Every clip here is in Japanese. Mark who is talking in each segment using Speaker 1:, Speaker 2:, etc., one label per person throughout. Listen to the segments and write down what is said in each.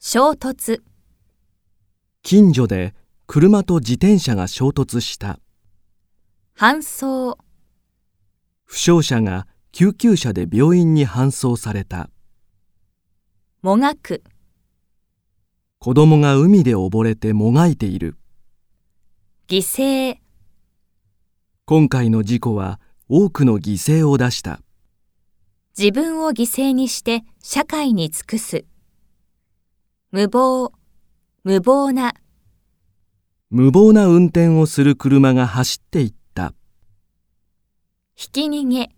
Speaker 1: 衝突、
Speaker 2: 近所で車と自転車が衝突した
Speaker 1: 搬送、
Speaker 2: 負傷者が救急車で病院に搬送された
Speaker 1: もがく、
Speaker 2: 子供が海で溺れてもがいている
Speaker 1: 犠牲、
Speaker 2: 今回の事故は多くの犠牲を出した
Speaker 1: 自分を犠牲にして社会に尽くす。無謀、無謀な、
Speaker 2: 無謀な運転をする車が走っていった
Speaker 1: ひき逃げ、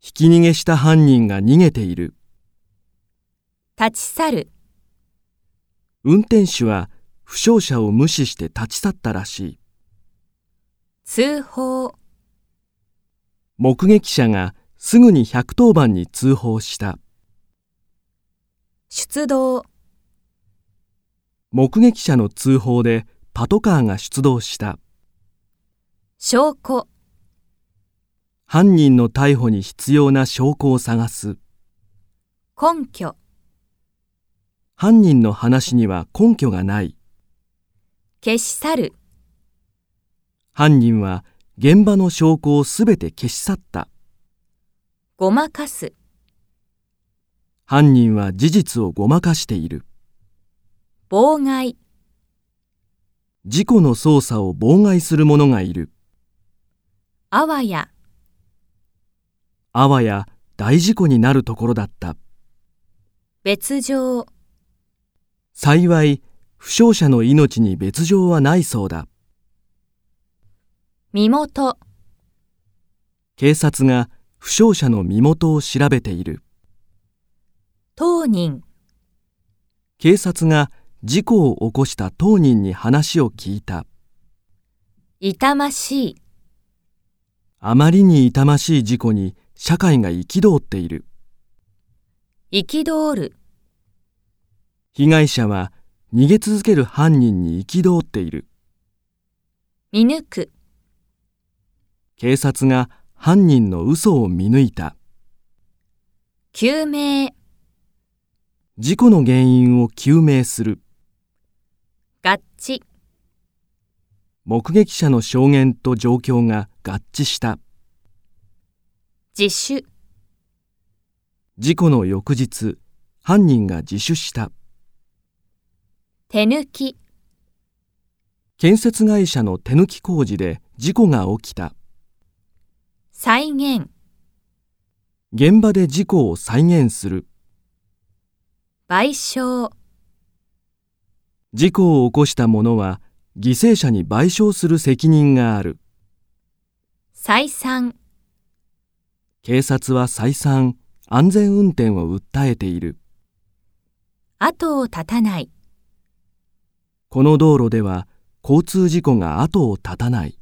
Speaker 2: ひき逃げした犯人が逃げている
Speaker 1: 立ち去る、
Speaker 2: 運転手は負傷者を無視して立ち去ったらしい
Speaker 1: 通報、
Speaker 2: 目撃者がすぐに110番に通報した
Speaker 1: 出動、
Speaker 2: 目撃者の通報でパトカーが出動した
Speaker 1: 証拠、
Speaker 2: 犯人の逮捕に必要な証拠を探す
Speaker 1: 根拠、
Speaker 2: 犯人の話には根拠がない
Speaker 1: 消し去る、
Speaker 2: 犯人は現場の証拠をすべて消し去った
Speaker 1: ごまかす、
Speaker 2: 犯人は事実をごまかしている
Speaker 1: 妨害、
Speaker 2: 事故の捜査を妨害する者がいる
Speaker 1: あわや、
Speaker 2: あわや大事故になるところだった
Speaker 1: 別状、
Speaker 2: 幸い負傷者の命に別状はないそうだ
Speaker 1: 身元、
Speaker 2: 警察が負傷者の身元を調べている
Speaker 1: 当人、
Speaker 2: 警察が事故を起こした当人に話を聞いた
Speaker 1: 痛ましい、
Speaker 2: あまりに痛ましい事故に社会が憤っている
Speaker 1: 憤る、
Speaker 2: 被害者は逃げ続ける犯人に憤っている
Speaker 1: 見抜く、
Speaker 2: 警察が犯人の嘘を見抜いた
Speaker 1: 救命、
Speaker 2: 事故の原因を究明する
Speaker 1: 合致、
Speaker 2: 目撃者の証言と状況が合致した
Speaker 1: 自首、
Speaker 2: 事故の翌日犯人が自首した
Speaker 1: 手抜き、
Speaker 2: 建設会社の手抜き工事で事故が起きた
Speaker 1: 再現、
Speaker 2: 現場で事故を再現する
Speaker 1: 賠償、
Speaker 2: 事故を起こした者は犠牲者に賠償する責任がある
Speaker 1: 再三、
Speaker 2: 警察は再三安全運転を訴えている
Speaker 1: 後を絶たない。
Speaker 2: この道路では交通事故が後を絶たない